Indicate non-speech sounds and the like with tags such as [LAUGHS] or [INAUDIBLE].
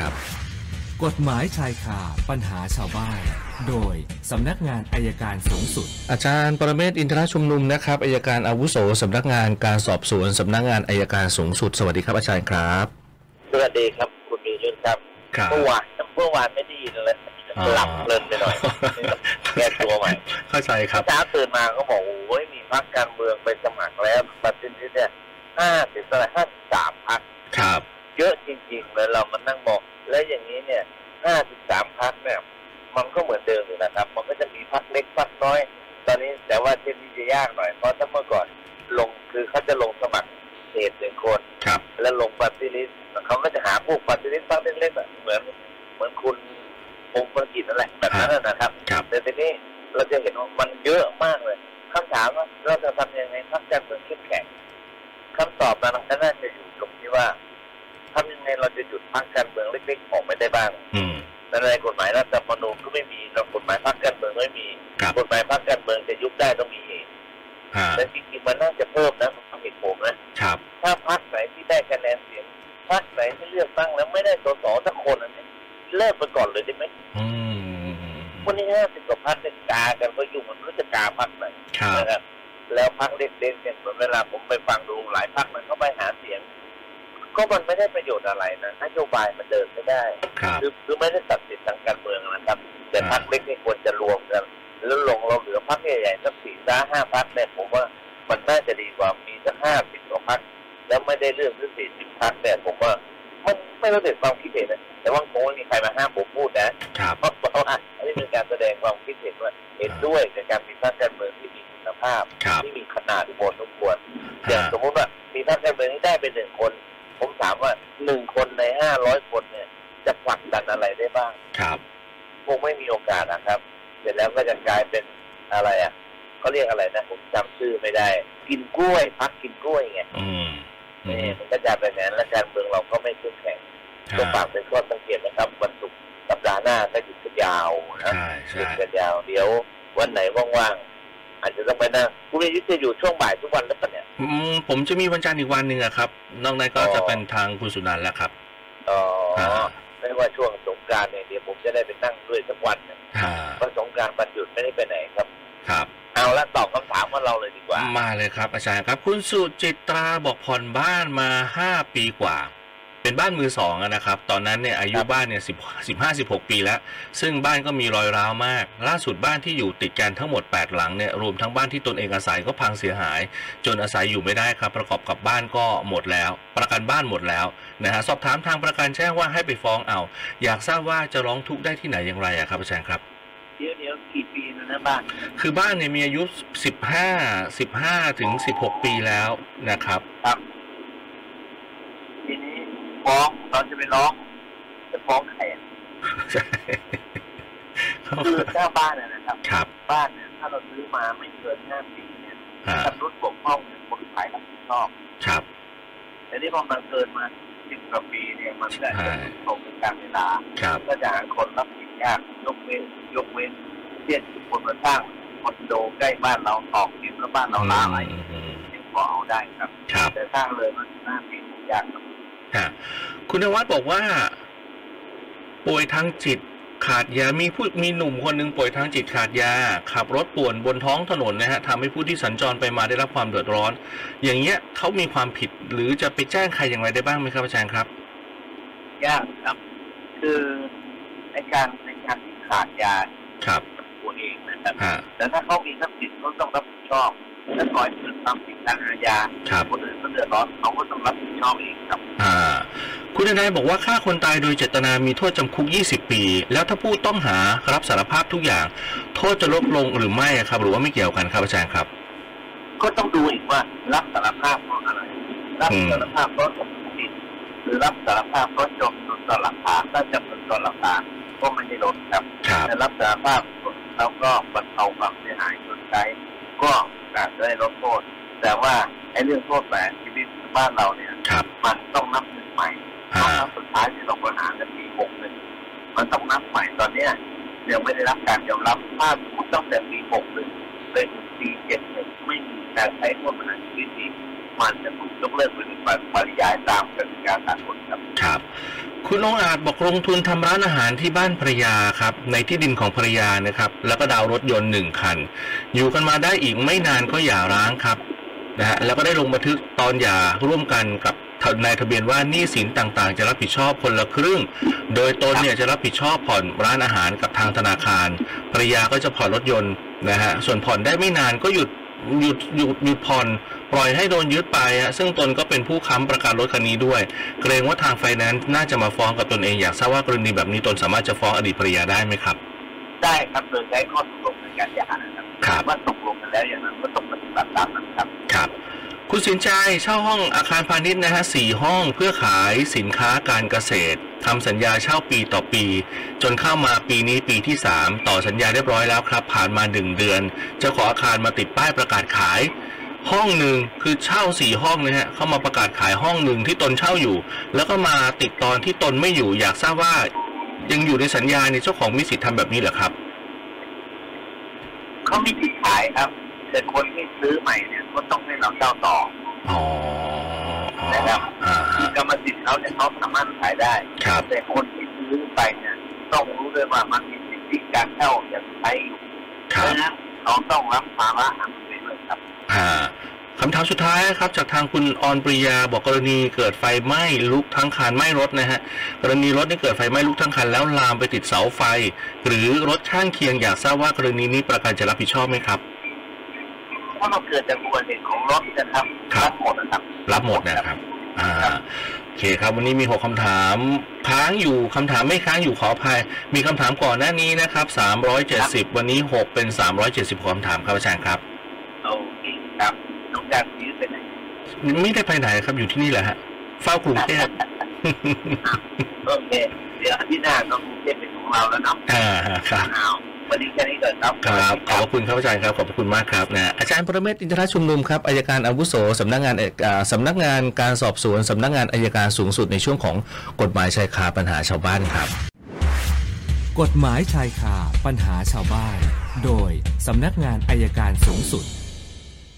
ครับ กฎหมายชายคาปัญหาชาวบ้าน โดยสำนักงานอายการสูงสุด อาจารย์ปรเมศวร์อินทรชุมนุมนะครับอายการอาวุโสสำนักงานการสอบสวนสำนักงานอายการสูงสุด สวัสดีครับอาจารย์ครับ สวัสดีครับคุณมียุทธครับ ครับ เมื่อวานเมื่อวานไม่ได้ยินเลย อ๋อ หลับเพลินไปหน่อยแก้ตัวใหม่ เข้าใจครับ เช้าตื่นมาก็บอกโอ้ยมีพรรคการเมืองไปสมัครแล้วปัจจุบันเนี่ยห้าสิบอะไรห้าสามพรรค ครับ เยอะจริงๆเลยเรามานั่งมองแล้วอย่างนี้เนี่ยห้าสิบสามพรรคเนี่ย มันก็เหมือนเดิมอยู่นะครับ มันก็จะมีพรรคเล็กพรรคน้อย ตอนนี้แต่ว่าเทคนิคจะยากหน่อยเพราะถ้าเมื่อก่อนลงคือเขาจะลงสมัครเขตหนึ่งคน ครับ แล้วลงปฏิริษีเขาก็จะหาพวกปฏิริษีตั้งเล่นๆแบบเหมือนเหมือนคุณองค์ประกิจนั่นแหละแบบนั้นน่ะนะครับ ครับ แต่ทีนี้เราจะเห็นว่ามันเยอะมากเลยคำถามว่าเราจะทำยังไงพักการเมืองเข้มแข็งคำตอบมันก็น่าจะอยู่ตรงที่ว่าทำยังไงเราจะหยุดพักการเมืองเล็กๆออกไปได้บ้าง อืม แต่ในกฎหมายรัฐธรรมนูญก็ไม่มีแล้วกฎหมายพักการเมืองไม่มี ครับ กฎหมายพักการเมืองจะยุบได้ต้องมีเหตุ ฮะ แต่จริงๆมันน่าจะเพิ่มนะความเห็นผมนะ ครับ ถ้าพรรคไหนที่ได้คะแนนเสียงพรรคไหนที่เลือกตั้งแล้วไม่ได้สสสักคนอันนี้เลิกไปก่อนเลยได้ไหม อืม วันนี้ห้าสิบกว่าพรรคเนี่ยกากันก็อยู่มันก็จะกาพรรคไหน ครับ นะครับแล้วพรรคเล็กๆเนี่ยเหมือนเวลาผมไปฟังดูหลายพรรคมันเข้าไปหาเสียง ก็มันไม่ได้ประโยชน์อะไรนะนโยบายมันเดินไม่ได้ ครับ คือคือไม่ได้ตัดสินทางการเมืองนะครับ แต่พรรคเล็กนี่ควรจะรวมกันแล้วลงเราเหลือพรรคใหญ่ๆสักสี่ห้าห้าพรรคเนี่ยผมว่ามันน่าจะดีกว่ามีสักห้าสิบกว่าพรรคแล้วไม่ได้เรื่องที่สี่สิบพรรคเนี่ยผมว่ามันไม่รู้เด็ความคิดเห็นนะแต่ว่าคงไม่มีใครมาห้ามผมพูดนะครับเพราะเพราะว่าอันนี้เป็นการแสดงความคิดเห็นว่าเห็นด้วยในการมีพรรคการเมืองที่มีคุณภาพ ครับ ที่มีขนาดพอสมควรอย่า ฮะ งสมมติว่ามีพรรคการเมืองที่ได้เป็นหนึ่งคน ผมถามว่าหนึ่งคนในห้าร้อยคนเนี่ยจะผลักดันอะไรได้บ้าง ครับ คงไม่มีโอกาสนะครับ เสร็จแล้วก็จะกลายเป็นอะไรอ่ะเขาเรียกอะไรนะ ผมจำชื่อไม่ได้ กินกล้วยพักกินกล้วยไง อืมอื นี่ ม มันก็จะเป็นอย่างนั้นและการเมืองเราก็ไม่เข้มแข็ง ฮะ ก็ฝากเป็นข้อสังเกตนะครับ วันศุกร์สัปดาห์หน้าก็หยุดกันยาวนะ ใช่ หยุดใช่กันยาวเดี๋ยววันไหนว่างๆอาจจะต้องไปนั่งคุณวิยุทธจะอยู่ช่วงบ่ายทุกวันแล้วปะเนี่ย อืมผมจะมีวันจันทร์อีกวันหนึ่งอะครับ นอกนั้นก็จะเป็นทางคุณสุนันท์แล้วครับ อ๋อ อ่า ไม่ว่าช่วงสงกรารเนี่ยเดี๋ยวผมจะได้ไปนั่งด้วยสักวันหนึ่ง อ่า เพราะสงกรารวันหยุดไม่ได้ไปไหนครับ ครับ เอาละตอบคำถามของเราเลยดีกว่า มาเลยครับอาจารย์ครับ คุณสุจิตราบอกผ่อนบ้านมาห้าปีกว่า เป็นบ้านมือสองอะนะครับ ตอนนั้นเนี่ยอายุ ครับ บ้านเนี่ยสิบสิบห้าสิบหกปีแล้ว ซึ่งบ้านก็มีรอยร้าวมาก ล่าสุดบ้านที่อยู่ติดกันทั้งหมด 8 หลังเนี่ยรวมทั้งบ้านที่ตนเองอาศัยก็พังเสียหาย จนอาศัยอยู่ไม่ได้ครับ ประกอบกับบ้านก็หมดแล้ว ประกันบ้านหมดแล้วนะฮะสอบถามทางประกันแจ้งว่าให้ไปฟ้องเอา อยากทราบว่าจะร้องทุกข์ได้ที่ไหนอย่างไรอะครับอาจารย์ครับ เดี๋ยวเดี๋ยวกี่ปีแล้วนะบ้าน คือบ้านเนี่ยมีอายุ 15 15 ถึง 16 ปีแล้วนะครับ [LAUGHS] ทีนี้ฟ้องเราจะไปร้องจะฟ้องใครอ่ะคือเจ้าบ้านนะนะครับ ครับ บ้านเนี่ยถ้าเราซื้อมาไม่เกินห้าปีเนี่ย อ่า ชำรุดบกพร่องเนี่ยคนขายรับผิดชอบ ครับ แต่นี่พอมันเกินมาสิบกว่าปีเนี่ยมันก็จะ ใช่ ตกเป็นการเวลา ครับ ก็จะหาคนรับผิดยากยกเว้นยกเว้นเช่นคนมาสร้างคอนโดใกล้บ้านเราตอกเก็บแล้วบ้านเราล้างอะไร อืมอืมอืม ยังพอเอาได้ครับ ครับ แต่สร้างเลยมันห้าปียากครับ ฮะคุณนวัดบอกว่า ป่วยทางจิตขาดยา มีผู้มีหนุ่มคนหนึ่งป่วยทางจิตขาดยา ขับรถป่วนบนท้องถนนนะฮะทำให้ผู้ที่สัญจรไปมาได้รับความเดือดร้อน อย่างเงี้ยเขามีความผิดหรือจะไปแจ้งใครอย่างไรได้บ้างไหมครับอาจารย์ครับ ยากครับ คือในการในการที่ขาดยา ครับ ตัวเองนะครับ ฮะ แต่ถ้าเขามีทรัพย์สินเขาต้องรับผิดชอบถ้าก่อให้เกิดความผิดทางอาญา ครับ คนอื่นก็เดือดร้อนเขาก็ต้องรับผิดชอบเองครับ อ่าคุณทนายบอกว่าฆ่าคนตายโดยเจตนามีโทษจำคุก 20 ปี แล้วถ้าผู้ต้องหารับสารภาพทุกอย่าง โทษจะลดลงหรือไม่ครับ หรือว่าไม่เกี่ยวกันครับอาจารย์ครับ ก็ต้องดูอีกว่ารับสารภาพเพราะอะไร รับสารภาพเพราะสมคบผิดหรือรับสารภาพเพราะจมนุนต่อหลักฐานถ้าจำนวนต่อหลักฐานก็ไม่ได้ลดครับ ครับ ได้รับสารภาพแล้วก็บรรเทาความเสียหายชดใช้ก็อาจจะได้ลดโทษ แต่ว่าไอ้เรื่องโทษแหวนชีวิตบ้านเราเนี่ย ครับ มันต้องนับหนึ่งใหม่เพ อ่า ราะครั้งสุดท้ายที่เราประหารกันปีหกหนึ่งมันต้องนับใหม่ตอนเนี้ยยังไม่ได้รับการยอมรับถ้าสมมติตั้งแต่ปีหกหนึ่งเป็นปีเจ็ดหนึ่งไม่มีการใช้โทษประหารชีวิตอีก มันจะถูกยกเลิกหรือปริยายตามกฎการสากลครับ ครับ คุณองอาจบอกลงทุนทำร้านอาหารที่บ้านภรรยาครับ ในที่ดินของภรรยานะครับ แล้วก็ดาวน์รถยนต์หนึ่งคัน อยู่กันมาได้อีกไม่นานก็หย่าร้างครับนะฮะแล้วก็ได้ลงบันทึกตอนหย่าร่วมกันกับนายทะเบียนว่าหนี้สินต่างๆ จะรับผิดชอบคนละครึ่ง โดยตนเนี่ยจะรับผิดชอบผ่อนร้านอาหารกับทางธนาคารภรรยาก็จะผ่อนรถยนต์นะฮะส่วนผ่อนได้ไม่นานก็หยุดหยุดหยุดหยุดผ่อน ปล่อยให้โดนยึดไปฮะซึ่งตนก็เป็นผู้ค้ำประกันรถคันนี้ด้วย เกรงว่าทางไฟแนนซ์น่าจะมาฟ้องกับตนเองอยากทราบว่ากรณีแบบนี้ตนสามารถจะฟ้องอดีตภรรยาได้ไหมครับ ได้ครับโดยใช้ข้อตกลงในการหย่านะครับ ครับ ว่าตกลงกันแล้วอย่างนั้นก็ต้องปฏิบัติตามนั้นครับ ครับ คุณสินใจเช่าห้องอาคารพาณิชย์นะฮะสี่ห้องเพื่อขายสินค้าการเกษตรทำสัญญาเช่าปีต่อปี จนเข้ามาปีนี้ปีที่ 3 ต่อสัญญาเรียบร้อยแล้วครับ ผ่านมา 1 เดือน เจ้าของอาคารมาติดป้ายประกาศขาย ห้องหนึ่งคือเช่าสี่ห้องนะฮะเข้ามาประกาศขายห้องหนึ่งที่ตนเช่าอยู่ แล้วก็มาติดตอนที่ตนไม่อยู่ อยากทราบว่ายังอยู่ในสัญญาเนี่ยเจ้าของมีสิทธิ์ทำแบบนี้เหรอครับ เขามีสิทธิ์ขายครับ แต่คนที่ซื้อใหม่เนี่ยก็ต้องให้เราเจ้าต่อ อ๋ออ๋ออ่า คือฮะกรรมสิทธิ์เขาเนี่ยเขาสามารถขายได้ ครับ แต่คนที่ซื้อไปเนี่ยต้องรู้ด้วยว่ามันมีสิทธิการเช่าอย่างไรอยู่เพครับ ราะฉะนั้นเราต้องรับภาระทางนี้ไปด้วยครับ อ่าคำถามสุดท้ายครับ จากทางคุณออนปริยาบอกกรณีเกิดไฟไหม้ลุกทั้งคันไหม้รถนะฮะกรณีรถที่เกิดไฟไหม้ลุกทั้งคันแล้วลามไปติดเสาไฟ หรือรถข้างเคียงอยากทราบว่ากรณีนี้ประกันจะรับผิดชอบไหมครับ เพราะเราเกิดจากอุบัติเหตุของรถนะครับ ครับ ทั้งหมดนะครับ รับหมดนะครับอ่าโอเคครับวันนี้มีหกคำถาม ค้างอยู่คำถามไม่ค้างอยู่ขออภัยมีคำถามก่อนหน้านี้นะครับ370 วันนี้หกเป็น 370คำถามครับอาจารย์ครับ โอเคครับน้องการซื้อไปไหน ไม่ได้ไปไหนครับอยู่ที่นี่แหละฮะเฝ้ากรุงเทพ โอเค เดี๋ยวอาทิตย์หน้าน้องกรุงเทพเป็นของเราแล้วเนาะ อ่าครับ อ้าววันนี้แค่นี้ก่อนครับ ครับขอบพระคุณครับอาจารย์ครับขอบพระคุณมากครับนะอาจารย์ประเมศอินทรชุมนุมครับอายการอาวุโสสำนักงานเอกอ่าสำนักงานการสอบสวนสำนักงานอายการสูงสุดในช่วงของกฎหมายชายคาปัญหาชาวบ้านครับ กฎหมายชายคาปัญหาชาวบ้าน โดยสำนักงานอายการสูงสุด